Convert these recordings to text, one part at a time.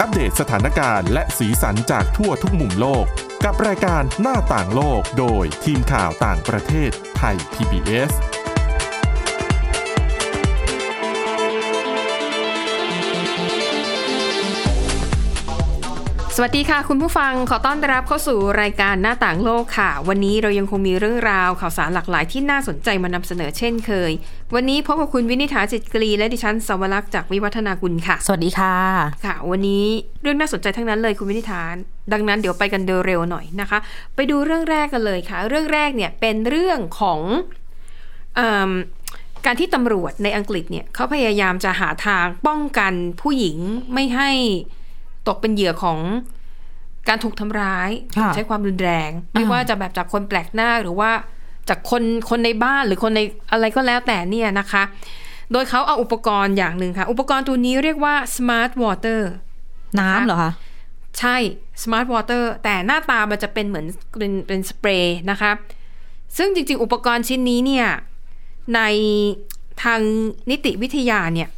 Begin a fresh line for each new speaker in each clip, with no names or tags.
อัปเดตสถานการณ์และสีสันจากทั่วทุกมุมโลก กับรายการหน้าต่างโลกโดยทีมข่าวต่างประเทศไทย PBS
สวัสดีค่ะ คุณผู้ฟังขอต้อนรับเข้าสู่รายการหน้าต่างโลกค่ะ วันนี้เรายังคงมีเรื่องราวข่าวสารหลากหลายที่น่าสนใจมานำเสนอเช่นเคย วันนี้พบกับคุณวินิษฐาจิตกรีและดิฉันสวรักษ์จากวิวัฒนาคุณค่ะ
สวัสดีค่ะ
ค่ะ วันนี้เรื่องน่าสนใจทั้งนั้นเลยคุณวินิษฐานดังนั้นเดี๋ยวไปกันเร็วๆหน่อยนะคะ ไปดูเรื่องแรกกันเลยค่ะ เรื่องแรกเนี่ยเป็นเรื่องของเอมการที่ตำรวจในอังกฤษเนี่ยเขาพยายามจะหาทางป้องกันผู้หญิงไม่ให้ตกเป็นเหยื่อของการถูกทำร้าย
ค่ะ
ใช้ความรุนแรง ไม่
อ่า
ว่าจะแบบจากคนแปลกหน้าหรือว่าจากคนคนในบ้านหรือคนในอะไรก็แล้วแต่เนี่ยนะคะ โดยเขาเอาอุปกรณ์อย่างหนึ่งค่ะ อุปกรณ์ตัวนี้เรียกว่า smart water
น้ำเหรอคะ
ใช่ smart water แต่หน้าตามันจะเป็นเหมือนเป็นเป็นสเปรย์นะคะ ซึ่งจริงๆ อุปกรณ์ชิ้นนี้เนี่ย ในทางนิติวิทยาเนี่ย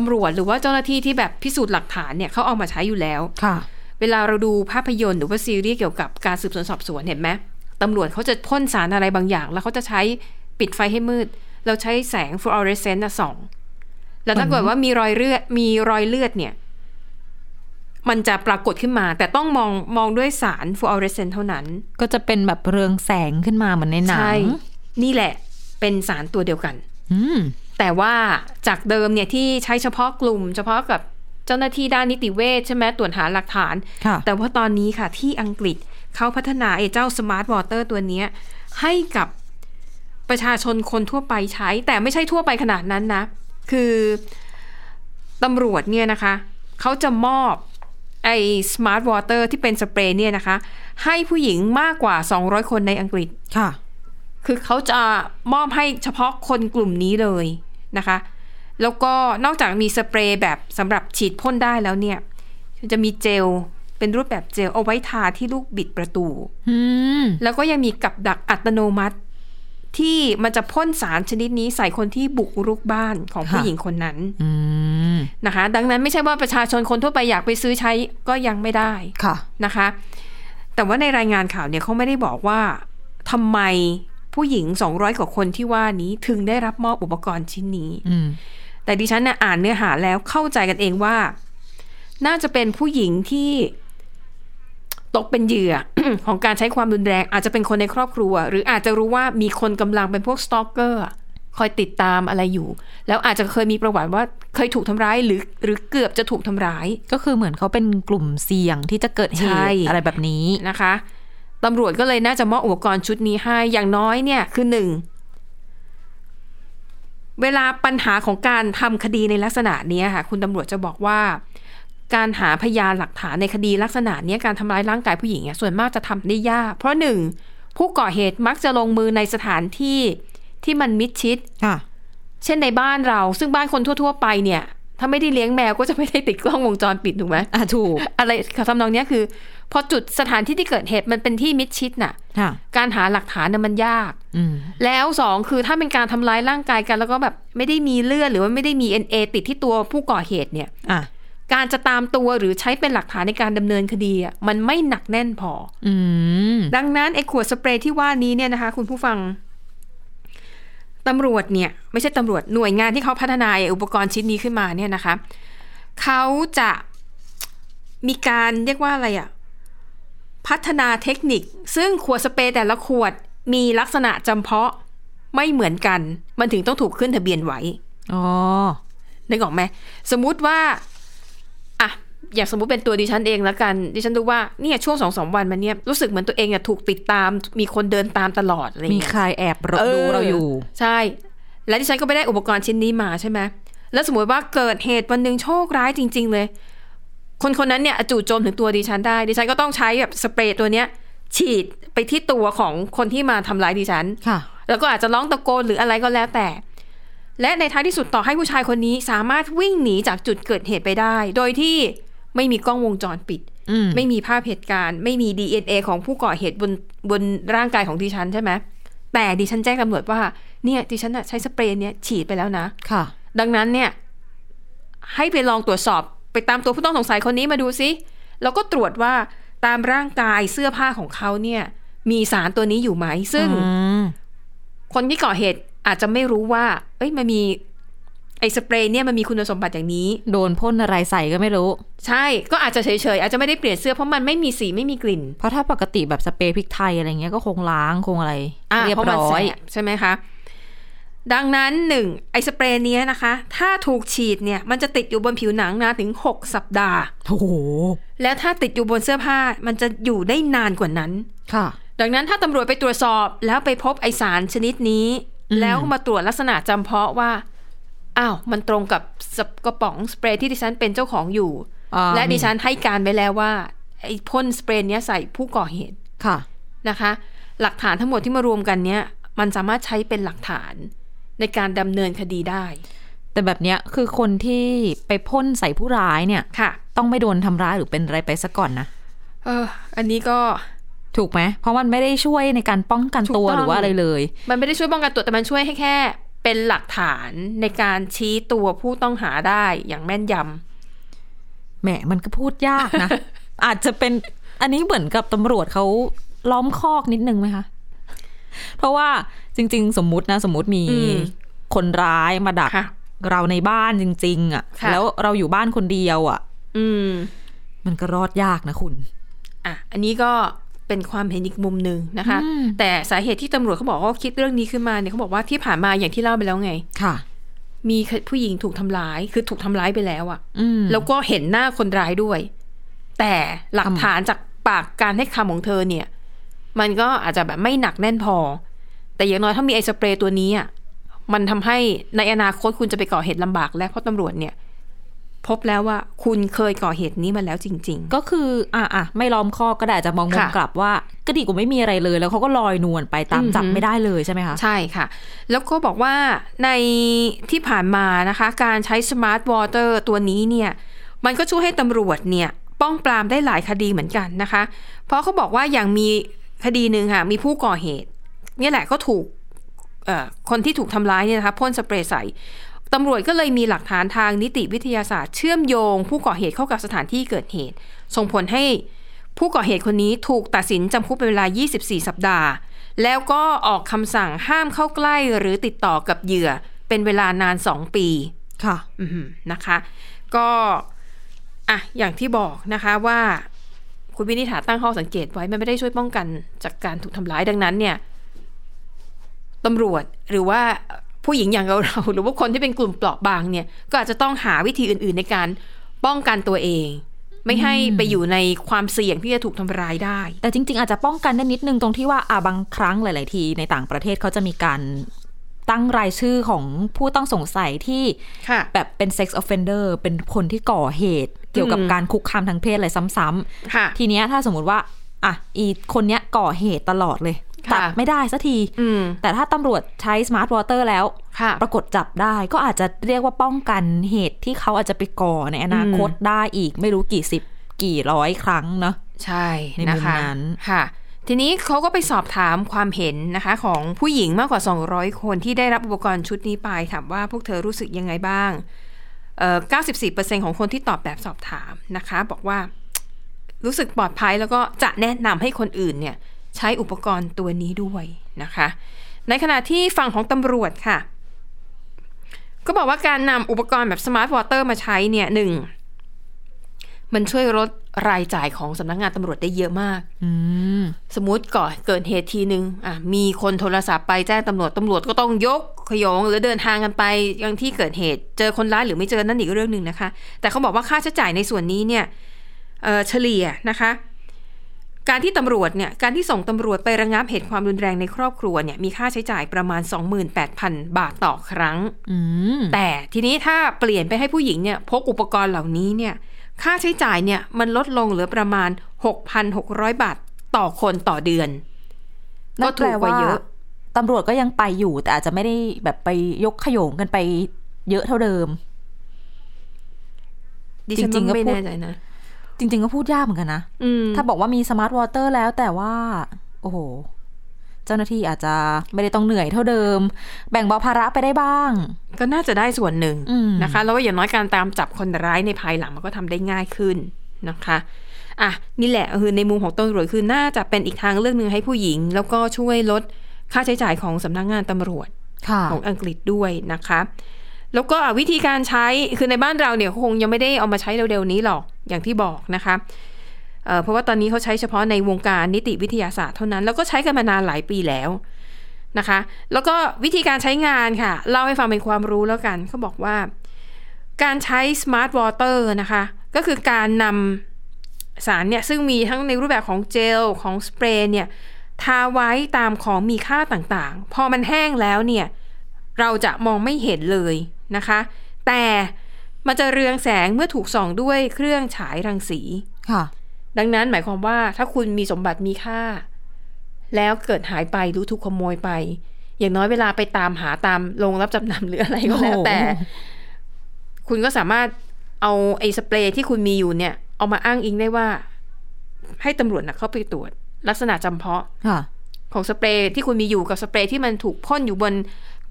ตำรวจหรือว่าเจ้าหน้าที่ที่แบบพิสูจน์หลักฐานเนี่ยเขาเอามาใช้อยู่แล้ว
ค่ะ
เวลาเราดูภาพยนตร์หรือว่าซีรีส์เกี่ยวกับการสืบสวนสอบสวนเห็นไหมตำรวจเขาจะพ่นสารอะไรบางอย่าง แล้วเขาจะใช้ปิดไฟให้มืด เราใช้แสงฟลูออเรสเซนต์นะส่อง แล้วถ้าเกิดว่ามีรอยเลือดมีรอยเลือดเนี่ย มันจะปรากฏขึ้นมา แต่ต้องมองมองด้วยสารฟลูออเรสเซนต์เท่านั้น
ก็จะเป็นแบบเรืองแสงขึ้นมาเหมือนในหนัง
ใช่ นี่แหละเป็นสารตัวเดียวกัน
อืม
แต่ว่าจากเดิมเนี่ยที่ใช้เฉพาะกลุ่ม เฉพาะกับเจ้าหน้าที่ด้านนิติเวชใช่ไหมตรวจหาหลักฐาน
ค่ะ
แต่ว่าตอนนี้ค่ะที่อังกฤษเขาพัฒนาไอ้เจ้าสมาร์ทวอเตอร์ตัวเนี้ยให้กับประชาชนคนทั่วไปใช้ แต่ไม่ใช่ทั่วไปขนาดนั้นนะ คือตำรวจเนี่ยนะคะเขาจะมอบไอ้สมาร์ทวอเตอร์ที่เป็นสเปรย์เนี่ยนะคะ ให้ผู้หญิงมากกว่า 200 คนในอังกฤษ
ค่ะ
คือเขาจะมอบให้เฉพาะคนกลุ่มนี้เลยนะคะ แล้วก็นอกจากมีสเปรย์แบบสำหรับฉีดพ่นได้แล้วเนี่ยจะมีเจลเป็นรูปแบบเจลเอาไว้ทาที่ลูกบิดประตู
อืม
แล้วก็ยังมีกับดักอัตโนมัติ ที่มันจะพ่นสารชนิดนี้ใส่คนที่บุกรุกบ้านของผู้
ค่ะ
หญิงคนนั้น
อืม
นะคะ ดังนั้นไม่ใช่ว่าประชาชนคนทั่วไปอยากไปซื้อใช้ก็ยังไม่ได้
ค่ะ
นะคะ แต่ว่าในรายงานข่าวเนี่ยเขาไม่ได้บอกว่าทำไมผู้หญิง 200 กว่าคนที่ว่านี้ถึงได้รับมอบอุปกรณ์ชิ้นนี้
อืม
แต่ดิฉันน่ะอ่านเนื้อหาแล้วเข้าใจกันเองว่า น่าจะเป็นผู้หญิงที่ตกเป็นเหยื่อ ของการใช้ความรุนแรง อาจจะเป็นคนในครอบครัว หรืออาจจะรู้ว่ามีคนกำลังเป็นพวกสตอกเกอร์คอยติดตามอะไรอยู่ แล้วอาจจะเคยมีประวัติว่าเคยถูกทำร้ายหรือ หรือเกือบจะถูกทำร้าย
ก็คือเหมือนเขาเป็นกลุ่มเสี่ยงที่จะเกิดเห
ใช่
ตุอะไรแบบนี้
นะคะตำรวจก็เลยน่าจะมอบอุปกรณ์ชุดนี้ให้ อย่างน้อยเนี่ยคือหนึ่ง เวลาปัญหาของการทำคดีในลักษณะเนี้ยค่ะ คุณตำรวจจะบอกว่า การหาพยานหลักฐานในคดีลักษณะเนี้ยการทำร้ายร่างกายผู้หญิงอะส่วนมากจะทำได้ยาก เพราะหนึ่ง ผู้ก่อเหตุมักจะลงมือในสถานที่ที่มันมิดชิด
ค่ะ
เช่นในบ้านเรา ซึ่งบ้านคนทั่ว ๆ ไปเนี่ย ถ้าไม่ได้เลี้ยงแมวก็จะไม่ได้ติดกล้องวงจรปิดถูกไหม
อ่ะถูก
อะไรทำนองเนี้ยคือ พอจุดสถานที่ที่เกิดเหตุมันเป็นที่มิดชิดน่ะ
ค่ะ
การหาหลักฐานน่ะมันยาก
อืม
แล้วสองคือถ้าเป็นการทำร้ายร่างกายกันแล้วก็แบบไม่ได้มีเลือดหรือว่าไม่ได้มี NA ติดที่ตัวผู้ก่อเหตุเนี่ย
อ่ะ
การจะตามตัวหรือใช้เป็นหลักฐานในการดำเนินคดีอ่ะมันไม่หนักแน่นพอ
อืม
ดังนั้นไอ้ขวดสเปรย์ที่ว่านี้เนี่ยนะคะ คุณผู้ฟังตำรวจเนี่ย ไม่ใช่ตำรวจหน่วยงานที่เขาพัฒนาไอ้อุปกรณ์ชิ้นนี้ขึ้นมาเนี่ยนะคะเขาจะมีการเรียกว่าอะไรอะพัฒนาเทคนิค ซึ่งขวดสเปรย์แต่ละขวดมีลักษณะจำเพาะไม่เหมือนกัน มันถึงต้องถูกขึ้นทะเบียนไว้
อ๋อ
นึกออกไหมสมมุติว่าอ่ะอย่างสมมุติเป็นตัวดิฉันเองแล้วกัน ดิฉันรู้ว่าเนี่ยช่วงสองสามวันมาเนี่ยรู้สึกเหมือนตัวเองอะถูกติดตาม มีคนเดินตามตลอดอะไรอย่าง
มี
เงี้ย
ใครแอบรดูเราอยู่
ใช่ และดิฉันก็ไม่ได้อุปกรณ์ชิ้นนี้มาใช่ไหมแล้วสมมติว่าเกิดเหตุวันหนึ่งโชคร้ายจริง ๆ เลย คนคนนั้นเนี่ยจู่โจมถึงตัวดิฉันได้ ดิฉันก็ต้องใช้แบบสเปรย์ตัวเนี้ย ฉีดไปที่ตัวของคนที่มาทำร้ายดิฉัน
ค่ะ
แล้วก็อาจจะร้องตะโกนหรืออะไรก็แล้วแต่ และในท้ายที่สุดต่อให้ผู้ชายคนนี้สามารถวิ่งหนีจากจุดเกิดเหตุไปได้ โดยที่ไม่มีกล้องวงจรปิด
อืม
ไม่มีภาพเหตุการณ์ ไม่มี DNA ของผู้ก่อเหตุบนบนร่างกายของดิฉันใช่ไหมแต่ดิฉันแจ้งตำรวจว่าเนี่ยดิฉันน่ะใช้สเปรย์เนี้ยฉีดไปแล้วนะ
ค่ะ
ดังนั้นเนี่ยให้ไปลองตรวจสอบ ไปตามตัวผู้ต้องสงสัยคนนี้มาดูซิแล้วก็ตรวจว่าตามร่างกายเสื้อผ้าของเขาเนี่ย มีสารตัวนี้อยู่ไหม ซึ่ง
อืม
คนที่ก่อเหตุอาจจะไม่รู้ว่า เอ้ย มันมี ไอ้สเปรย์เนี่ยมันมีคุณสมบัติอย่างนี้
โดนพ่นอะไรใส่ก็ไม่รู้
ใช่ ก็อาจจะเฉยๆ อาจจะไม่ได้เปลี่ยนเสื้อเพราะมันไม่มีสีไม่มีกลิ่น
เพราะถ้าปกติแบบสเปรย์พริกไทยอะไรเงี้ยก็คงล้างคงอะไร
อ่ะ
เรียบ
พาะมัน
ร้อ
แส
ย
บใช่ไหมคะ ดังนั้นหนึ่งไอ้สเปรย์เนี้ยนะคะ ถ้าถูกฉีดเนี่ย มันจะติดอยู่บนผิวหนังนานถึง 6 สัปดาห์
โอ้โห
และถ้าติดอยู่บนเสื้อผ้ามันจะอยู่ได้นานกว่านั้น
ค่ะ
ดังนั้นถ้าตำรวจไปตรวจสอบแล้วไปพบไอสารชนิดนี้
อืม
แล้วมาตรวจลักษณะจำเพาะว่า อ้าว มันตรงกับสเปกระป๋องสเปรย์ที่ดิฉันเป็นเจ้าของอยู่
อ่า
และดิฉันให้การไปแล้วว่า ไอ้พ่นสเปรย์เนี้ยใส่ผู้ก่อเหตุ
ค่ะ
นะคะ หลักฐานทั้งหมดที่มารวมกันเนี้ยมันสามารถใช้เป็นหลักฐานในการดำเนินคดีได้
แต่แบบเนี้ยคือคนที่ไปพ่นใส่ผู้ร้ายเนี่ย
ค่ะ
ต้องไม่โดนทำร้ายหรือเป็นอะไรไปซะก่อนนะ
เออ อันนี้ก็
ถูกไหม เพราะมันไม่ได้ช่วยในการป้องกันตัวหรือว่าอะไรเลย
มันไม่ได้ช่วยป้องกันตัวแต่มันช่วยให้แค่ เป็นหลักฐานในการชี้ตัวผู้ต้องหาได้อย่างแม่นยำ
แหมมันก็พูดยากนะ อาจจะเป็นอันนี้เหมือนกับตำรวจเขาล้อมคอกนิดนึงไหมคะ เพราะว่าจริง ๆ สมมุตินะ สมมติมี
อืม
คนร้ายมาดัก
ค่ะ
เราในบ้านจริง ๆ อ่ะ
ค่ะ
แล้วเราอยู่บ้านคนเดียวอ่ะ
อืม
มันก็รอดยากนะคุณ
อ่ะ อันนี้ก็เป็นความเห็นอีกมุมหนึ่งนะคะ
อืม
แต่สาเหตุที่ตำรวจเขาบอกว่าเขาคิดเรื่องนี้ขึ้นมาเนี่ยเขาบอกว่าที่ผ่านมาอย่างที่เล่าไปแล้วไง
ค่ะ
มีผู้หญิงถูกทำร้าย คือถูกทำร้ายไปแล้วอะ
อืม
แล้วก็เห็นหน้าคนร้ายด้วย แต่หลัก
ทำ
ฐานจากปากการให้คำของเธอเนี่ย มันก็อาจจะแบบไม่หนักแน่นพอ แต่อย่างน้อยถ้ามีไอสเปรย์ตัวนี้อะมันทำให้ในอนาคตคุณจะไปก่อเหตุลำบาก และเพราะตำรวจเนี่ย พบแล้วว่าคุณเคยก่อเหตุนี้มาแล้วจริง ๆ
ก็คือ อ่ะอ่ะไม่ล้อมคอกก็ได้อาจจะมองมุม
ค่ะ
กลับว่า ก็ดีกว่าไม่มีอะไรเลย แล้วเขาก็ลอยนวลไปตาม
อือหือ
จับไม่ได้เลยใช่ไหมคะ
ใช่ค่ะ แล้วก็บอกว่าในที่ผ่านมานะคะ การใช้สมาร์ทวอเตอร์ตัวนี้เนี่ย มันก็ช่วยให้ตำรวจเนี่ย ป้องปรามได้หลายคดีเหมือนกันนะคะ เพราะเขาบอกว่าอย่างมีคดีหนึ่งค่ะ มีผู้ก่อเหตุ เนี่ยแหละก็ถูกเอ่อคนที่ถูกทำร้ายเนี่ยนะคะพ่นสเปรย์ใส่ตำรวจก็เลยมีหลักฐานทางนิติวิทยาศาสตร์ เชื่อมโยง ผู้ก่อเหตุเข้ากับสถานที่เกิดเหตุ ส่งผลให้ผู้ก่อเหตุคนนี้ถูกตัดสินจำคุกเป็นเวลา 24 สัปดาห์ แล้วก็ออกคำสั่งห้ามเข้าใกล้หรือติดต่อกับเหยื่อเป็นเวลานาน 2 ปี
ค่ะ
อืมนะคะ ก็อ่ะอย่างที่บอกนะคะว่าคุณวินิษฐาตั้งข้อสังเกตไว้มันไม่ได้ช่วยป้องกันจากการถูกทำร้ายดังนั้นเนี่ยตำรวจหรือว่าผู้หญิงอย่างเราเราหรือว่าคนที่เป็นกลุ่มเปราะบางเนี่ย ก็อาจจะต้องหาวิธีอื่น ๆ ในการป้องกันตัวเอง ไม่ให้ไปอยู่ในความเสี่ยงที่จะถูกทำร้ายได้
แต่จริง ๆ อาจจะป้องกันได้นิดนึงตรงที่ว่าอ่ะบางครั้งหลาย ๆ ทีในต่างประเทศเขาจะมีการตั้งรายชื่อของผู้ต้องสงสัยที่
ค่ะ
แบบเป็น sex offender เป็นคนที่ก่อเหตุ เกี่ยวกับ
อืม
การคุกคามทางเพศอะไรซ้ำ
ค่ะ
ๆทีเนี้ยถ้าสมมติว่าอ่ะอีคนเนี้ยก่อเหตุตลอดเลย
ค่ะ
จับไม่ได้สักที
อืม
แต่ถ้าตำรวจใช้ smart water แล้ว
ค่ะ
ปรากฏจับได้ก็อาจจะเรียกว่าป้องกันเหตุที่เขาอาจจะไปก่อในอนาคตได้อีกไม่รู้กี่สิบกี่ร้อยครั้งเนาะ
ใช่
ในมุม
นะคะ
นั้น
ค่ะ ทีนี้เขาก็ไปสอบถามความเห็นนะคะ ของผู้หญิงมากกว่า 200 คนที่ได้รับอุปกรณ์ชุดนี้ไป ถามว่าพวกเธอรู้สึกยังไงบ้างเอ่อ94%ของคนที่ตอบแบบสอบถามนะคะ บอกว่ารู้สึกปลอดภัยแล้วก็จะแนะนำให้คนอื่นเนี่ย ใช้อุปกรณ์ตัวนี้ด้วยนะคะ ในขณะที่ฝั่งของตำรวจค่ะ ก็บอกว่าการนำอุปกรณ์แบบสมาร์ทวอเตอร์มาใช้เนี่ยหนึ่ง มันช่วยลดรายจ่ายของสำนักงานตำรวจได้เยอะมาก
อืม
สมมติก่อนเกิดเหตุทีหนึ่งอ่ะมีคนโทรศัพท์ไปแจ้งตำรวจตำรวจก็ต้องยกขยงหรือเดินทางกันไปยังที่เกิดเหตุ เจอคนร้ายหรือไม่เจอนั่นอีกเรื่องหนึ่งนะคะ แต่เขาบอกว่าค่าใช้จ่ายในส่วนนี้เนี่ยเอ่อเฉลี่ยนะคะ การที่ตำรวจเนี่ยการที่ส่งตำรวจไประงับเหตุความรุนแรงในครอบครัวเนี่ยมีค่าใช้จ่ายประมาณ 28,000 บาทต่อครั้ง
อืม
แต่ทีนี้ถ้าเปลี่ยนไปให้ผู้หญิงเนี่ยพกอุปกรณ์เหล่านี้เนี่ยค่าใช้จ่ายเนี่ยมันลดลงเหลือประมาณ 6,600 บาทต่อคนต่อเดือน ก็ถูกกว่าเยอะ
ตำรวจก็ยังไปอยู่ แต่อาจจะไม่ได้แบบไปยกขโยงกันไปเยอะเท่าเดิม
ดิฉัน
จริงๆก็
ไม่
พูด
แน่ใจนะ
จริง ๆ ก็พูดยากเหมือนกันนะ
อืม
ถ้าบอกว่ามีสมาร์ทวอเตอร์แล้วแต่ว่า โอ้โห เจ้าหน้าที่อาจจะไม่ได้ต้องเหนื่อยเท่าเดิม แบ่งเบาภาระไปได้บ้าง
ก็น่าจะได้ส่วนหนึ่ง
อืม
นะคะ แล้วว่าอย่างน้อยการตามจับคนร้ายในภายหลังมันก็ทำได้ง่ายขึ้นนะคะอ่ะนี่แหละคือในมุมของตำรวจคือน่าจะเป็นอีกทางเลือกหนึ่งให้ผู้หญิง แล้วก็ช่วยลดค่าใช้จ่ายของสำนักงานตำรวจ
ค่ะ
ของอังกฤษด้วยนะคะ แล้วก็อ่ะวิธีการใช้คือในบ้านเราเนี่ยคงยังไม่ได้เอามาใช้เร็วๆนี้หรอกอย่างที่บอกนะคะเอ่อเพราะว่าตอนนี้เขาใช้เฉพาะในวงการนิติวิทยาศาสตร์เท่านั้น แล้วก็ใช้กันมานานหลายปีแล้วนะคะ แล้วก็วิธีการใช้งานค่ะ เล่าให้ฟังเป็นความรู้แล้วกันเขาบอกว่า การใช้ smart water นะคะ ก็คือการนำสารเนี่ยซึ่งมีทั้งในรูปแบบของเจลของสเปรย์เนี่ยทาไว้ตามของมีค่าต่างๆ พอมันแห้งแล้วเนี่ย เราจะมองไม่เห็นเลยนะคะ แต่มันจะเรืองแสงเมื่อถูกส่องด้วยเครื่องฉายรังสี
ค่ะ
ดังนั้นหมายความว่าถ้าคุณมีสมบัติมีค่า แล้วเกิดหายไปหรู้ถูกขโมยไป อย่างน้อยเวลาไปตามหาตามโรงรับจำนำหรืออะไรก็แล้วแต่
โอ้โห
คุณก็สามารถเอาไอ้สเปรย์ที่คุณมีอยู่เนี่ย เอามาอ้างอิงได้ว่า ให้ตำรวจนะเข้าไปตรวจ ลักษณะจำเพาะ
ค่ะ
ของสเปรย์ที่คุณมีอยู่กับสเปรย์ที่มันถูกพ่นอยู่บน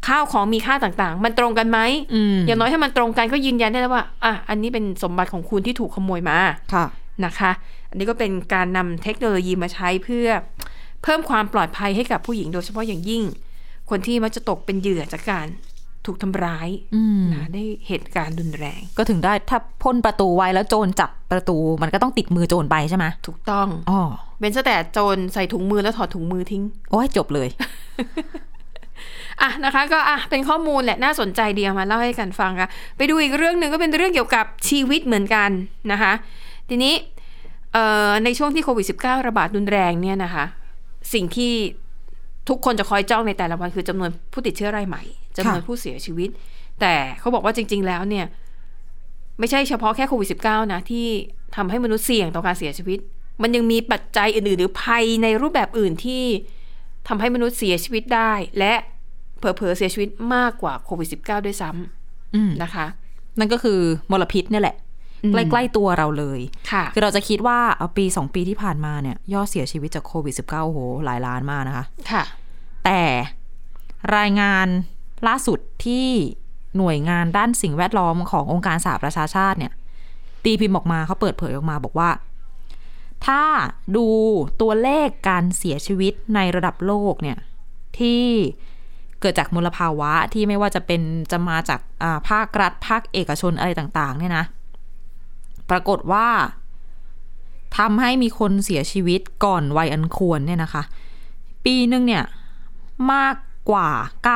ข้าวของมีค่าต่างๆ มันตรงกันไหม
อืม
อย่างน้อยถ้ามันตรงกันก็ยืนยันได้แล้วว่าอ่ะอันนี้เป็นสมบัติของคุณที่ถูกขโมยมา
ค่ะ
นะคะ อันนี้ก็เป็นการนำเทคโนโลยีมาใช้เพื่อเพิ่มความปลอดภัยให้กับผู้หญิงโดยเฉพาะอย่างยิ่ง คนที่มักจะตกเป็นเหยื่อจากการถูกทำร้าย
อืม
นะได้เหตุการณ์รุนแรง
ก็ถึงได้ถ้าพ่นประตูไว้แล้วโจรจับประตูมันก็ต้องติดมือโจรไปใช่ไหม
ถูกต้อง
อ๋อ
เว้นแต่โจรใส่ถุงมือแล้วถอดถุงมือทิ้ง
โอ้ยจบเลย
อ่ะนะคะก็อ่ะเป็นข้อมูลแหละน่าสนใจเดียวมาเล่าให้กันฟังค่ะไปดูอีกเรื่องหนึ่งก็เป็นเรื่องเกี่ยวกับชีวิตเหมือนกันนะคะทีนี้เอ่อในช่วงที่โควิด -19 ระบาดรุนแรงเนี่ยนะคะสิ่งที่ทุกคนจะคอยจ้องในแต่ละวันคือจำนวนผู้ติดเชื้อรายใหม่จำนวน
ค่ะ
ผู้เสียชีวิต แต่เขาบอกว่าจริง ๆ แล้วเนี่ยไม่ใช่เฉพาะแค่โควิด -19 นะที่ทำให้มนุษย์เสี่ยงต่อการเสียชีวิต มันยังมีปัจจัยอื่นๆ หรือภัยในรูปแบบอื่นที่ ทำให้มนุษย์เสียชีวิตได้ และเผลอๆเสียชีวิตมากกว่าโควิด -19 ด้วยซ้
อืม
ำนะคะ
นั่นก็คือมลพิษเนี่ยแหละ
อืม
ใกล้ๆตัวเราเลย
ค่ะ
คือเราจะคิดว่าเอาปี 2 ปีที่ผ่านมาเนี่ยยอดเสียชีวิตจากโควิด -19 โอ้โหหลายล้านมากนะคะ
ค่ะ
แต่รายงานล่าสุดที่หน่วยงานด้านสิ่งแวดล้อมขององค์การสหประชาชาติเนี่ย ตีพิมพ์ออกมาเขาเปิดเผยออกมาบอกว่า ถ้าดูตัวเลขการเสียชีวิตในระดับโลกเนี่ย ที่เกิดจากมลภาวะที่ไม่ว่าจะเป็นจะมาจากอ่าภาครัฐ ภาคเอกชนอะไรต่างๆ เนี่ยนะ ปรากฏว่าทำให้มีคนเสียชีวิตก่อนวัยอันควรเนี่ยนะคะ ปีหนึ่งเนี่ย มากกว่า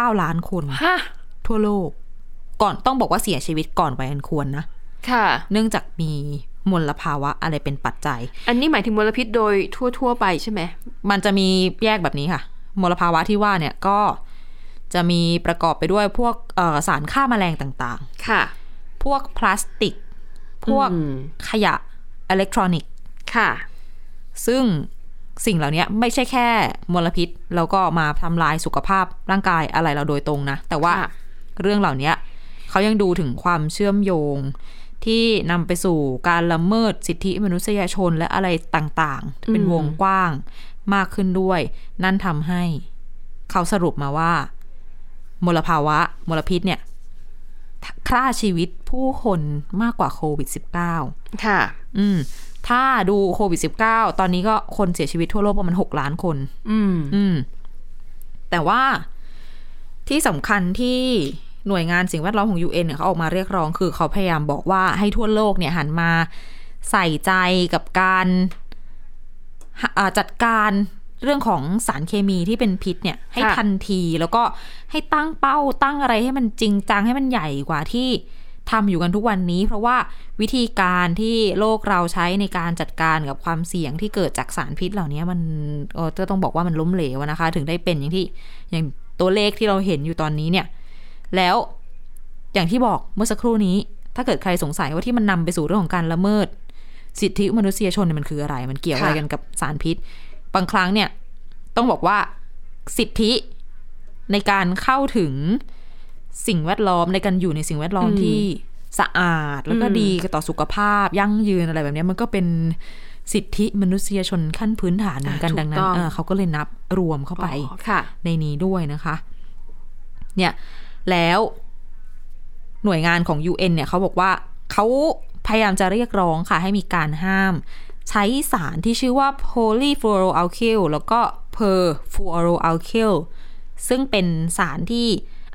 9 ล้านคน
ฮะ
ทั่วโลก ก่อนต้องบอกว่าเสียชีวิตก่อนวัยอันควรนะ
ค่ะ
เนื่องจากมีมลภาวะอะไรเป็นปัจจัย
อันนี้หมายถึงมลพิษโดยทั่ว ๆ ไปใช่ไหม
มันจะมีแยกแบบนี้ค่ะ มลภาวะที่ว่าเนี่ยก็จะมีประกอบไปด้วยพวกเอ่อสารฆ่าแมลงต่าง
ค่ะ
ๆ พวกพลาสติก พวก
อืม
ขยะอิเล็กทรอนิกส์
ค่ะ
ซึ่งสิ่งเหล่านี้ไม่ใช่แค่มลพิษ แล้วก็มาทำลายสุขภาพร่างกายอะไรเราโดยตรงนะ แต่ว่า
ค่ะ
เรื่องเหล่านี้เขายังดูถึงความเชื่อมโยง ที่นำไปสู่การละเมิดสิทธิมนุษยชนและอะไรต่างๆ เป็นวงกว้างมากขึ้นด้วย นั่นทำให้เขาสรุปมาว่า มลภาวะ มลพิษเนี่ยฆ่าชีวิตผู้คนมากกว่าโควิด -19
ค่ะ
อืม ถ้าดูโควิด -19 ตอนนี้ก็คนเสียชีวิตทั่วโลกประมาณ 6 ล้านคน
อืม
อืม แต่ว่าที่สำคัญที่หน่วยงานสิ่งแวดล้อมของ UN เนี่ยเขาออกมาเรียกร้องคือเขาพยายามบอกว่าให้ทั่วโลกเนี่ยหันมาใส่ใจกับการหาอ่าจัดการเรื่องของสารเคมีที่เป็นพิษเนี่ย ให้
ค่ะ
ทันทีแล้วก็ให้ตั้งเป้าตั้งอะไรให้มันจริงจังให้มันใหญ่กว่าที่ทำอยู่กันทุกวันนี้ เพราะว่าวิธีการที่โลกเราใช้ในการจัดการกับความเสี่ยงที่เกิดจากสารพิษเหล่านี้มันเออก็ต้องบอกว่ามันล้มเหลวอะนะคะ ถึงได้เป็นอย่างที่อย่างตัวเลขที่เราเห็นอยู่ตอนนี้เนี่ย แล้วอย่างที่บอกเมื่อสักครู่นี้ ถ้าเกิดใครสงสัยว่าที่มันนำไปสู่เรื่องของการละเมิด สิทธิมนุษยชนเนี่ยมันคืออะไร มันเกี่ยวอะไร
ค่ะ
กันกับสารพิษ บางครั้งเนี่ย ต้องบอกว่าสิทธิในการเข้าถึงสิ่งแวดล้อมในการอยู่ในสิ่งแวดล้อม
อืม
ที่สะอาดแล้วก็
อืม
ดีต่อสุขภาพยั่งยืนอะไรแบบเนี้ยมันก็เป็น สิทธิมนุษยชนขั้นพื้นฐานเหมือนกัน
อ่ะ
ดังนั้
ถู
น
กต้อง
เออเขาก็เลยนับรวมเข้าไป
อ๋อค่ะ
ในนี้ด้วยนะคะ เนี่ย แล้วหน่วยงานของ UN เนี่ยเขาบอกว่าเขาพยายามจะเรียกร้องค่ะ ให้มีการห้าม ใช้สารที่ชื่อว่า polyfluoroalkyl แล้วก็ perfluoroalkyl ซึ่งเป็นสารที่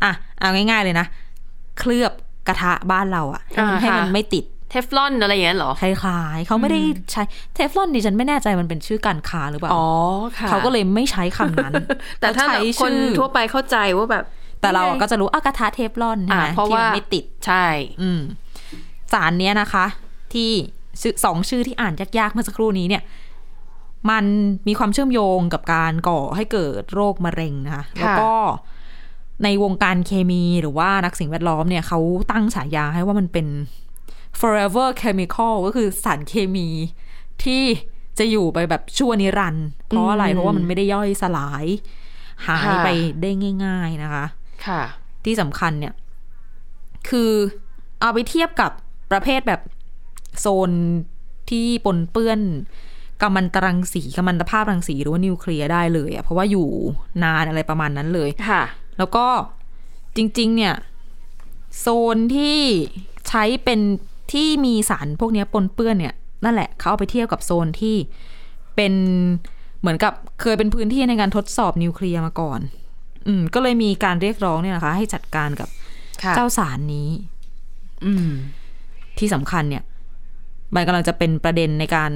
อ่ะ เอาง่าย ๆ เลยนะ เคลือบกระทะบ้านเราอะให้มัน
อ่า
ให้มัน
ค่ะ
ไม่ติด
เทฟลอนอะไรอย่างนั้นเหรอ
คล้ายๆ เขาไม่ได้ใช้เทฟลอนดิฉันไม่แน่ใจมันเป็นชื่อการค้าหรือเปล่า
อ๋อค่ะ
เขาก็เลยไม่ใช้คำนั้น
แต่ถ้า
เข
แบบ
ใช้
คน
ชื่อ
ทั่วไปเข้าใจว่าแบบ
แต่เราก็จะรู้อากระทะเทฟลอนใช่ไหม
อ่าเพราะ
ที่
ว่า
มันไม่ติด
ใช่
อืมสารเนี้ยนะคะ ที่ชื่อสองชื่อที่อ่านยากๆเมื่อสักครู่นี้เนี่ย มันมีความเชื่อมโยงกับการก่อให้เกิดโรคมะเร็งนะคะแล้วก็ในวงการเคมีหรือว่านักสิ่งแวดล้อมเนี่ยเขาตั้งฉายาให้ว่ามันเป็น forever chemical ก็คือสารเคมีที่จะอยู่ไปแบบชั่วนิรันดร์เพราะอะไร
อืม
เพราะว่ามันไม่ได้ย่อยสลาย หาย
ค่ะ
ไปได้ง่าย ๆนะคะ
ค่ะ
ที่สำคัญเนี่ย คือเอาไปเทียบกับประเภทแบบโซนที่ปนเปื้อนกัมมันตรังสีกัมมันตภาพรังสีหรือว่านิวเคลียร์ได้เลยอะเพราะว่าอยู่นานอะไรประมาณนั้นเลย
ค่ะ
แล้วก็จริง ๆ เนี่ย โซนที่ใช้เป็นที่มีสารพวกเนี้ยปนเปื้อนเนี่ย นั่นแหละเขาเอาไปเทียบกับโซนที่เป็นเหมือนกับเคยเป็นพื้นที่ในการทดสอบนิวเคลียร์มาก่อน อืม ก็เลยมีการเรียกร้องเนี่ยนะคะ ให้จัดการกับ
ค่ะ
เจ้าสารนี้
อืม
ที่สำคัญเนี่ยมันกำลังจะเป็นประเด็นในการ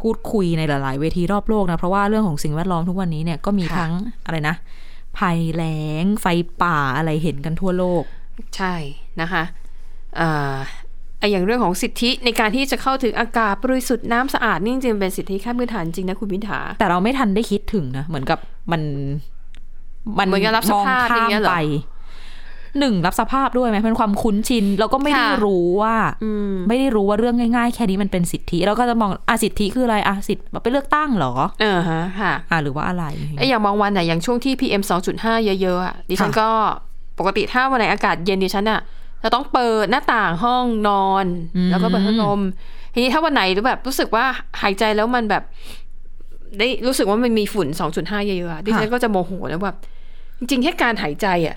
พูดคุยในหลาย ๆ เวทีรอบโลกนะ เพราะว่าเรื่องของสิ่งแวดล้อมทุกวันนี้เนี่ยก็มี
ค่ะ
ทั้งอะไรนะ ภัยแล้ง ไฟป่าอะไรเห็นกันทั่วโลก
ใช่นะคะเอ่อไออย่างเรื่องของสิทธิในการที่จะเข้าถึงอากาศบริสุทธิ์น้ำสะอาดนี่จริงๆเป็นสิทธิขั้นพื้นฐานจริงนะคุณวินถา
แต่เราไม่ทันได้คิดถึงนะ เหมือนกับมัน
เหมือนกับรับสภาพ
มอง
อ
ข้า
ย่าม งเงี้ยเหรอ
ไปหนึ่งรับสภาพด้วยไหมเป็นความคุ้นชิน แล้วก็ไม่ได้
ค่ะ
รู้ว่า
อืม
ไม่ได้รู้ว่าเรื่องง่าย ๆ แค่นี้มันเป็นสิทธิเราก็จะมองอ่ะสิทธิคืออะไรอ่ะสิทธิ์ไปเลือกตั้งเหรอ
เออฮะค่ะ
อ่ะหรือว่าอะไร
ไออย่างบางวันน่ะอย่างช่วงที่ PM 2.5 เยอะๆอะดิฉัน
ค่ะ
ก็ปกติถ้าวันไหนอากาศเย็นดิฉันอะจะต้องเปิดหน้าต่างห้องนอน แล้วก็เปิดพัดลมทีนี้ถ้าวันไหนหรือแบบรู้สึกว่าหายใจแล้วมันแบบ ได้รู้สึกว่ามันมีฝุ่น 2.5 เยอะๆอะดิฉันก็จะโมโหแล้วแบบจริงๆแค่การหายใจอะ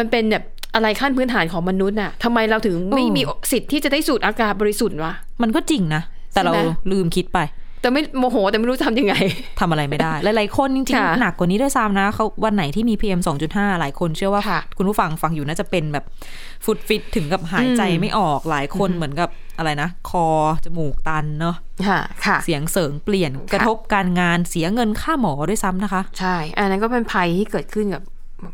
มันเป็นแบบอะไรขั้นพื้นฐานของมนุษย์น่ะทำไมเราถึงไม่มีสิทธิ์ที่จะได้สูดอากาศบริสุทธิ์วะ
มันก็จริงนะ แต่เรา
ใช่ไหม
ลืมคิดไป
แต่ไม่โมโหแต่ไม่รู้จะทำยังไง
ทำอะไรไม่ได้ หลายๆคนจริง
ค่ะ
ๆ หนักกว่านี้ด้วยซ้ำนะเขาวันไหนที่มี PM 2.5 หลายคนเชื่อว่า
ค่ะ
คุณผู้ฟังฟังอยู่น่าจะเป็นแบบฟุดฟิตถึงกับหายใจ
อืม
ไม่ออกหลายคนเหมือนกับอะไรนะ คอ จมูกตันเนาะ
ค่ะค่ะ
เสียงเสริงเปลี่ยนกระทบการงานเสียเงินค่าหมอด้วยซ้ำนะคะ
ใช่ อันนั้นก็เป็นภัยที่เกิดขึ้นกับ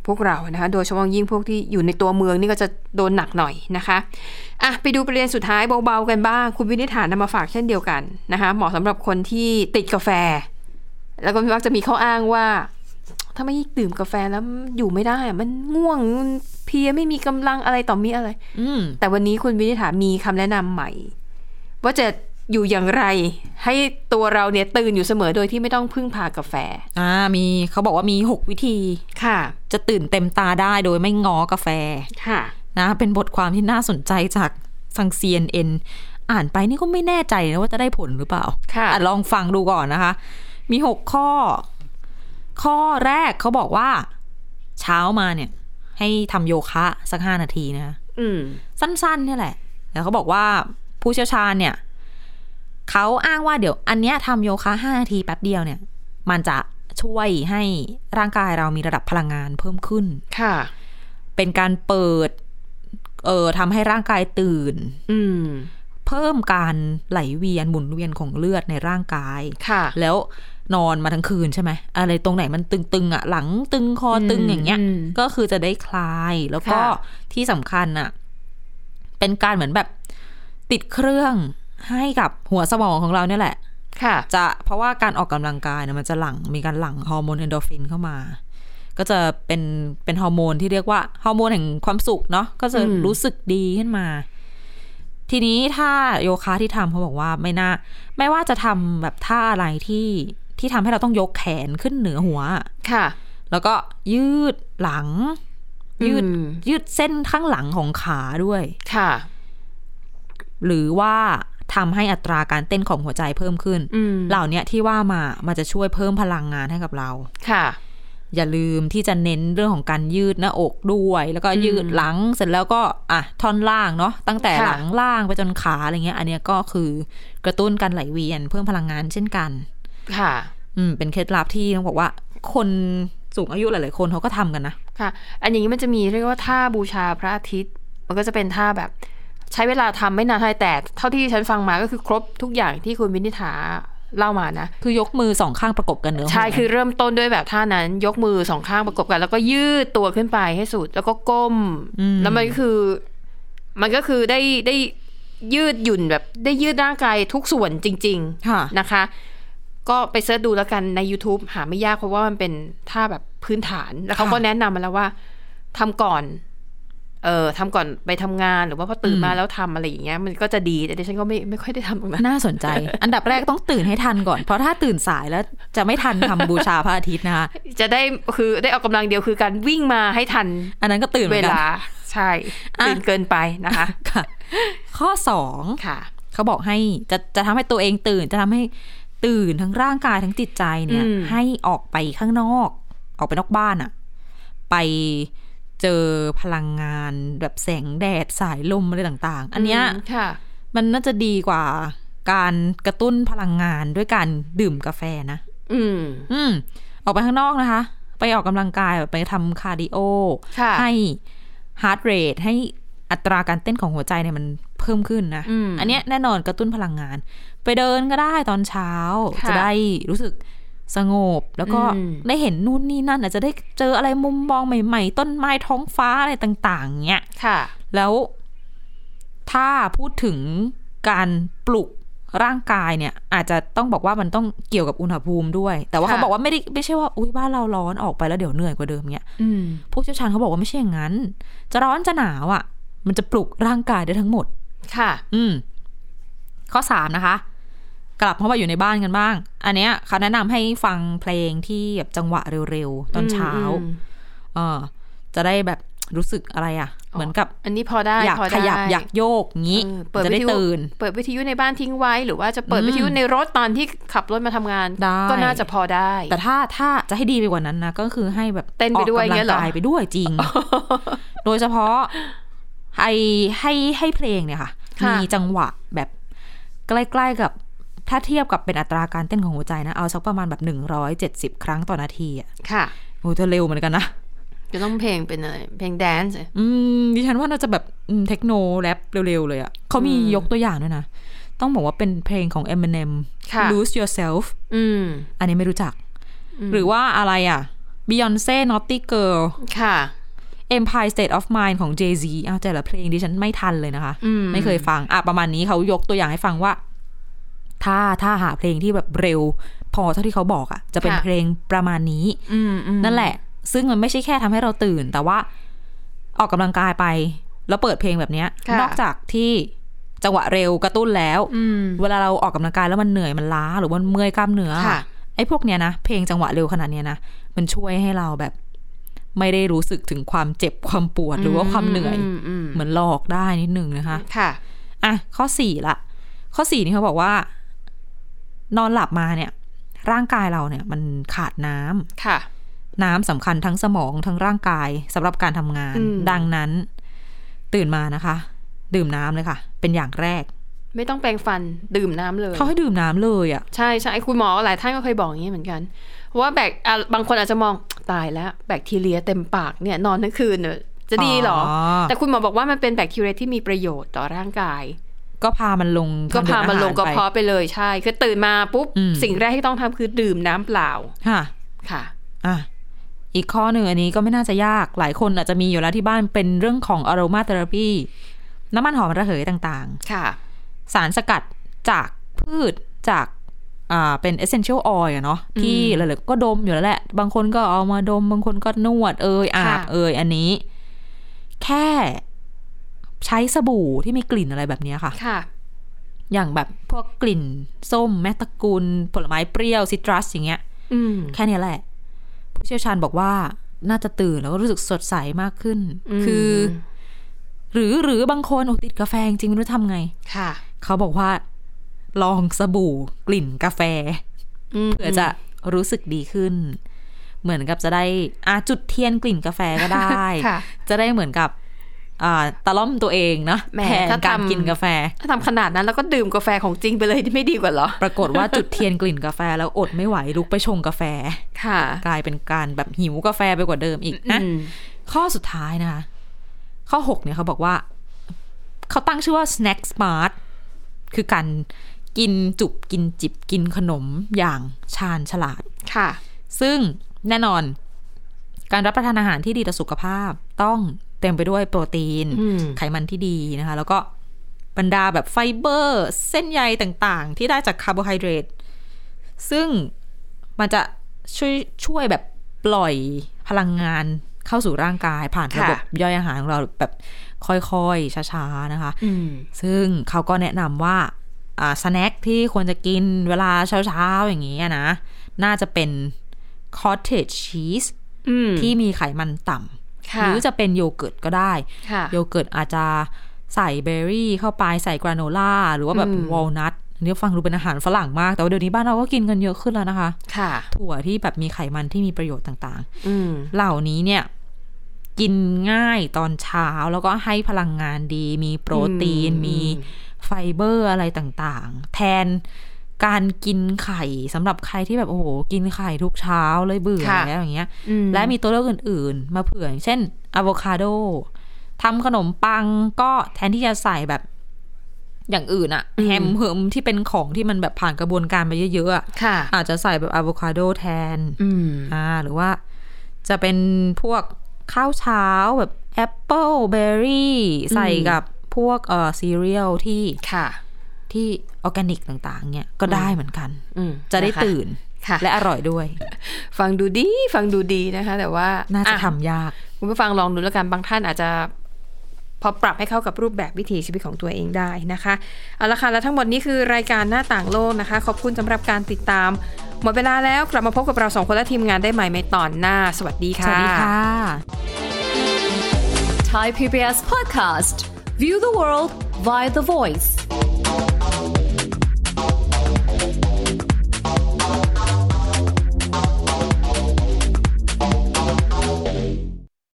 พวกเรานะคะ โดยเฉพาะยิ่งพวกที่อยู่ในตัวเมืองนี่ก็จะโดนหนักหน่อยนะคะอ่ะไปดูประเด็นสุดท้ายเบาๆกันบ้าง คุณวินิษฐานนำมาฝากเช่นเดียวกันนะคะ เหมาะสำหรับคนที่ติดกาแฟ แล้วก็มักจะมีข้ออ้างว่า ถ้าไม่ดื่มกาแฟแล้วอยู่ไม่ได้อะมันง่วงมันเพลียไม่มีกำลังอะไรต่อมีอะไร
อืม
แต่วันนี้คุณวินิษฐามีคำแนะนำใหม่ ว่าจะอยู่อย่างไร ให้ตัวเราเนี่ยตื่นอยู่เสมอโดยที่ไม่ต้องพึ่งพากาแฟ
อ่ามีเขาบอกว่ามี 6 วิธี
ค่ะ
จะตื่นเต็มตาได้โดยไม่ง้อกาแฟ
ค่ะ
นะเป็นบทความที่น่าสนใจจากฟัง CNN อ่านไปนี่ก็ไม่แน่ใจนะว่าจะได้ผลหรือเปล่า
ค่ะ
อ่ลองฟังดูก่อนนะคะ มีหกข้อ ข้อแรกเขาบอกว่า เช้ามาเนี่ย ให้ทำโยคะสักห้านาทีนะคะ
อืม
สั้นๆเนี่ยแหละ แล้วเขาบอกว่าผู้เชี่ยวชาญเนี่ย เขาอ้างว่าเดี๋ยวอันเนี้ยทำโยคะห้านาทีแป๊บเดียวเนี่ย มันจะช่วยให้ร่างกายเรามีระดับพลังงานเพิ่มขึ้น
ค่ะ
เป็นการเปิด เอ่อทำให้ร่างกายตื่น
อืม
เพิ่มการไหลเวียนหมุนเวียนของเลือดในร่างกาย
ค่ะ
แล้วนอนมาทั้งคืนใช่ไหม อะไรตรงไหนมันตึงๆอ่ะ หลังตึงคอตึง
อืม
อย่างเงี้ย
อืม
ก็คือจะได้คลาย แล้วก็
ค่ะ
ที่สำคัญอ่ะ เป็นการเหมือนแบบติดเครื่องให้กับหัวสมองของเราเนี่ยแหละ
ค่ะ
จะเพราะว่าการออกกำลังกายเนี่ยมันจะหลังมีการหลั่งฮอร์โมนเอนโดรฟินเข้ามา ก็จะเป็นเป็นฮอร์โมนที่เรียกว่าฮอร์โมนแห่งความสุขเนาะก็จะ
อืม
รู้สึกดีขึ้นมา ทีนี้ถ้าโยคะที่ทำเขาบอกว่าไม่น่า ไม่ว่าจะทำแบบท่าอะไรที่ที่ทำให้เราต้องยกแขนขึ้นเหนือหัว
ค่ะ
แล้วก็ยืดหลัง ยืด
อืม
ยืดเส้นข้างหลังของขาด้วย
ค่ะ
หรือว่า ทำให้อัตราการเต้นของหัวใจเพิ่มขึ้น
อืม
เหล่าเนี้ยที่ว่ามามันจะช่วยเพิ่มพลังงานให้กับเรา
ค่ะ
อย่าลืมที่จะเน้นเรื่องของการยืดหน้าอกด้วย แล้วก็
อืม
ยืดหลังเสร็จแล้วก็อ่ะท่อนล่างเนาะตั้งแต่
ค่ะ
หลังล่างไปจนขาอะไรเงี้ย อันเนี้ยก็คือกระตุ้นการไหลเวียน เพิ่มพลังงานเช่นกัน
ค่ะ
อืมเป็นเคล็ดลับที่ต้องบอกว่า คนสูงอายุหลายๆคนเขาก็ทำกันนะ
ค่ะ อันอย่างนี้มันจะมีเรียกว่าท่าบูชาพระอาทิตย์ มันก็จะเป็นท่าแบบ ใช้เวลาทำไม่นานเท่าไหร่แต่ เท่าที่ฉันฟังมาก็คือครบทุกอย่างที่คุณวินิษฐาเล่ามานะ
คือยกมือสองข้างประกบกันเนื้อ
ใช่
หัว
คือเริ่มต้นด้วยแบบท่านั้น ยกมือสองข้างประกบกัน แล้วก็ยืดตัวขึ้นไปให้สุด แล้วก็ก้ม
อืม
แล้วมันก็คือ มันก็คือได้ได้ยืดหยุ่นแบบได้ยืดร่างกายทุกส่วนจริง
ค่ะ
ๆนะคะ ก็ไปเสิร์ชดูแล้วกันใน YouTube หาไม่ยากเพราะว่ามันเป็นท่าแบบพื้นฐาน แล้วเขา
ค่ะ
ก็แนะนำมาแล้วว่าทำก่อน เอ่อทำก่อนไปทำงานหรือว่าพอตื่น
อืม
มาแล้วทำอะไรอย่างเงี้ย มันก็จะดีแต่ดิฉันก็ไม่ไม่ค่อยได้ทำตรงนั้น
น่าสนใจ อันดับแรกต้องตื่นให้ทันก่อน เพราะถ้าตื่นสายแล้วจะไม่ทันทำบูชาพระอาทิตย์นะคะ
จะได้คือได้ออกกำลังเดียวคือการวิ่งมาให้ทัน
อันนั้นก็ตื่นห
เว
มือนกัน
ลาใช่
อ่ะ
ตื่นเกินไปนะคะ
ค่ะ ข้อสอง
ค่ะ
เขาบอกให้จะจะทำให้ตัวเองตื่นจะทำให้ตื่นทั้งร่างกายทั้งจิตใจเนี่ย
อืม
ให้ออกไปข้างนอก ออกไปนอกบ้านอะไปเจอพลังงานแบบแสงแดดสายลมอะไรต่างๆ อันเนี้ย
มค่ะ
มันน่าจะดีกว่าการกระตุ้นพลังงานด้วยการดื่มกาแฟนะ
อืม
อืม ออกไปข้างนอกนะคะ ไปออกกำลังกายแบบไปทำคาร์ดิโอ
ค่ะ
ให้ฮาร์ดเรทให้อัตราการเต้นของหัวใจเนี่ยมันเพิ่มขึ้นนะ
อืม
นเนี้ยแน่นอนกระตุ้นพลังงาน ไปเดินก็ได้ตอนเช้า
ค่ะ
จะได้รู้สึกสงบ แล้วก็
อืม
ได้เห็นนู่นนี่นั่น อาจจะได้เจออะไรมุมมองใหม่ ๆ ต้นไม้ท้องฟ้าอะไรต่าง ๆ เนี่ย
ค่ะ
แล้วถ้าพูดถึงการปลุกร่างกายเนี่ย อาจจะต้องบอกว่ามันต้องเกี่ยวกับอุณหภูมิด้วย แต่ว่า
ค่ะ
เขาบอกว่าไม่ได้ไม่ใช่ว่าอุ้ยบ้านเราร้อนออกไปแล้วเดี๋ยวเหนื่อยกว่าเดิมเนี่ย
อืม
ผู้เชี่ยวชาญเขาบอกว่าไม่ใช่อย่างนั้น จะร้อนจะหนาวอะ่ะ มันจะปลุกร่างกายได้ทั้งหมด
ค่ะ
อืม ข้อสามนะคะ กลับเข้ามาอยู่ในบ้านกันบ้าง อันเนี้ยเขาแนะนำให้ฟังเพลงที่แบบจังหวะเร็วๆตอนเช้า
อืม
เออจะได้แบบรู้สึกอะไรอะ่ะ
อ๋อ
เหมือนกับ
อันนี้พอได้
อยาก
พ
ข
ได้
ยับอยากโยกงี้
เออเปิด
จะ
วิ
ได้
ทยุ
ตื่น
เปิดวิทยุในบ้านทิ้งไว้หรือว่าจะเปิด
อืม
วิทยุในรถตอนที่ขับรถมาทำงาน
ได้
ก็น่าจะพอได้
แต่ถ้าถ้าจะให้ดีไปกว่านั้นนะ ก็คือให้แบบ
เต้นไปด้วย
ออกกำ
เงี้ย
ลั
เหรอ
กายไปด้วยจริง โดยเฉพาะไอให้ให้เพลงเนี่ยค่ะ
ค่ะ
มีจังหวะแบบใกล้ๆกับ ถ้าเทียบกับเป็นอัตราการเต้นของหัวใจนะ เอาสักประมาณแบบหนึ่งร้อยเจ็ดสิบครั้งต่อนาทีอ่ะ
ค่ะ
โอ้เธอเร็วเหมือนกันนะ
จะต้องเพลงเป็นอะไรเพลงแดนซ์
อืมดิฉันว่าน่าจะแบบอืมเทคโนแรปเร็วๆเลยอะ่ะเขามี
อืม
ยกตัวอย่างด้วยนะ ต้องบอกว่าเป็นเพลงของ Eminem
ค่ะ
Lose Yourself
อืม
อันนี้ไม่รู้จัก
อืม
หรือว่าอะไรอ่ะ Beyonce Naughty Girl
ค่ะ
Empire State of Mind ของ Jay Z อ้าวแต่ละเพลงดิฉันไม่ทันเลยนะคะ
อืม
ไม่เคยฟัง อ่ะ ประมาณนี้เขายกตัวอย่างให้ฟังว่า ถ้าถ้าหาเพลงที่แบบเร็ว พอเท่าที่เขาบอกอ่ะ จะเป็น
ค่ะ
เพลงประมาณนี้
อืมอืม
นั่นแหละ ซึ่งมันไม่ใช่แค่ทำให้เราตื่น แต่ว่าออกกำลังกายไป แล้วเปิดเพลงแบบเนี้ย
ะ
นอกจากที่จังหวะเร็วกระตุ้นแล้ว
อืม
เวลาเราออกกำลังกายแล้วมันเหนื่อยมันล้าหรือว่ามันเมื่อยกล้ามเนื้อ
ค่ะ
ไอ้พวกเนี้ยนะเพลงจังหวะเร็วขนาดเนี้ยนะมันช่วยให้เราแบบ ไม่ได้รู้สึกถึงความเจ็บความปวดหรือว่าความเหนื่อย
มอืม
เหมือนหลอกได้นิดนึงนะคะ
ค่ะ
อ่ะข้อสี่ละ ข้อสี่นี่เขาบอกว่า นอนหลับมาเนี่ย ร่างกายเราเนี่ย มันขาดน้ำ
ค่ะ
น้ำสำคัญทั้งสมองทั้งร่างกายสำหรับการทำงาน
อืม
ดังนั้น ตื่นมานะคะ ดื่มน้ำเลยค่ะ เป็นอย่างแรก
ไม่ต้องแปรงฟันดื่มน้ำเลย
เขาให้ดื่มน้ำเลยอ่ะ
ใช่ใช่คุณหมอหลายท่านก็เคยบอกอย่างนี้เหมือนกัน ว่าแบคอ่ะบางคนอาจจะมองตายแล้ว แบคทีเรียเต็มปากเนี่ยนอนทั้งคืนเนี่ยจะดีเหรอ แต่คุณหมอบอกว่ามันเป็นแบคทีเรียที่มีประโยชน์ต่อร่างกาย
ก็พามันลง
ก็พามันลงกระ
ทดิอหรไป
เพาะไปเลยใช่ คือตื่นมาปุ๊บ
อืม
สิ่งแรกที่ต้องทำคือดื่มน้ำเปล่า
ค่ะ
ค่ะ
อ่ะ อีกข้อหนึ่งอันนี้ก็ไม่น่าจะยาก หลายคนอาจจะมีอยู่แล้วที่บ้านเป็นเรื่องของ aroma therapy น้ำมันหอมระเหยต่าง
ค่ะ
ๆ สารสกัดจากพืชจากอ่าเป็น essential oil อะเนาะที่
อืม
หลายๆก็ดมอยู่แล้วแหละ บางคนก็เอามาดม บางคนก็นวดเอยอาบ
ค่ะ
เอยอันนี้ แค่ ใช้สบู่ที่มีกลิ่นอะไรแบบเนี้ยค่ะ
ค่ะ
อย่างแบบพวกกลิ่นส้มแมตตะกุลผลไม้เปรี้ยวซิตรัสอย่างเงี้ย
อืม
แค่เนี้ยแหละ ผู้เชี่ยวชาญบอกว่าน่าจะตื่นแล้วก็รู้สึกสดใสมากขึ้น
อืม
คือ หรือหรือบางคนโอ้ติดกาแฟจริงๆไม่รู้ทำไง
ค่ะ
เขาบอกว่า ลองสบู่กลิ่นกาแฟ
ม
เผื่อจะรู้สึกดีขึ้น เหมือนกับจะได้อาจุดเทียนกลิ่นกาแฟก็ได้
ค่ะ
จะได้เหมือนกับอ่าตะล่อมตัวเองนะ
แหม
แทน
ถ้า
การ
ทำ
กินกาแฟ
ถ้าทำขนาดนั้นแล้วก็ดื่มกาแฟของจริงไปเลยไม่ดีกว่าเหรอ
ปรากฏว่าจุดเทียนกลิ่นกาแฟแล้วอดไม่ไหวลุกไปชงกาแฟ
ค่ะ
กลายเป็นการแบบหิวกาแฟไปกว่าเดิมอีกนะ
อืม
ข้อสุดท้ายนะคะ ข้อ 6 เนี่ยเขาบอกว่า เขาตั้งชื่อว่า snack smart คือการกินจุบกินจิบกินขนมอย่างชาญฉลาด
ค่ะ
ซึ่งแน่นอน การรับประทานอาหารที่ดีต่อสุขภาพต้องเต็มไปด้วยโปรตีน
อืม
ไขมันที่ดีนะคะ แล้วก็บรรดาแบบไฟเบอร์ เส้นใยต่างๆ ที่ได้จากคาร์โบไฮเดรตซึ่งมันจะช่วยช่วยแบบปล่อยพลังงานเข้าสู่ร่างกายผ่านระบบ
ค่ะ
ย่อยอาหารของเราแบบค่อยๆ ช้าๆ นะคะ
อืม
ซึ่งเขาก็แนะนำว่าอ่าสแน็คที่ควรจะกินเวลาเช้าๆ อย่างนี้อะนะ น่าจะเป็น cottage cheese
อืม
ที่มีไขมันต่ำห
ค่ะ
รือจะเป็นโยเกิร์ตก็ได้
ค่ะ
โยเกิร์ตอาจจะใส่เบอร์รี่เข้าไปใส่กราโนล่า หรือว่าแบบ
อืม
วอลนัทอันนี้ฟังดูเป็นอาหารฝรั่งมาก แต่ว่าเดี๋ยวนี้บ้านเราก็กินกันเยอะขึ้นแล้วนะคะ
ค่ะ
ถั่วที่แบบมีไขมันที่มีประโยชน์ต่าง
อืม
ๆ เหล่านี้เนี่ยกินง่ายตอนเช้าแล้วก็ให้พลังงานดี มีโปรตีน
อืม
มีไฟเบอร์อะไรต่างๆ แทนการกินไข่สำหรับใครที่แบบโอ้โหกินไข่ทุกเช้าเลยเบื่อแล้วอย่างเงี้ย
อื
และมีตัวเลือกอื่น ๆ มาเผื่ออย่างเช่นอะโวคาโดทำขนมปังก็แทนที่จะใส่แบบอย่างอื่นอะแฮมเหิมที่เป็นของที่มันแบบผ่านกระบวนการมาเยอะๆอะ
ค่ะ
อาจจะใส่แบบอะโวคาโดแทน
อืม
อ่าหรือว่าจะเป็นพวกข้าวเช้าแบบแอปเปิลเบอร์รี่ใส่กับพวกเอ่อซีเรียลที่
ค่ะ
ที่ออร์แกนิกต่างๆเนี่ยก็ได้เหมือนกัน
อืม
จะได้
นค
ตื่น
ค่ะ
และอร่อยด้วย
ฟังดูดี ฟังดูดีนะคะ แต่ว่า
น่าจะ
อ่
ทำยาก
คุณผู้ฟังลองดูแล้วกัน บางท่านอาจจะ พอปรับให้เข้ากับรูปแบบวิถีชีวิตของตัวเองได้นะคะ เอาละค่ะ และทั้งหมดนี้คือรายการหน้าต่างโลกนะคะ ขอบคุณสำหรับการติดตาม หมดเวลาแล้วกลับมาพบกับเราสองคนและทีมงานได้ใหม่ในตอนหน้า สวัสดี
ส
ค่ะ
วัสดีค่ะ
Thai PBS podcast. View the world via the voice.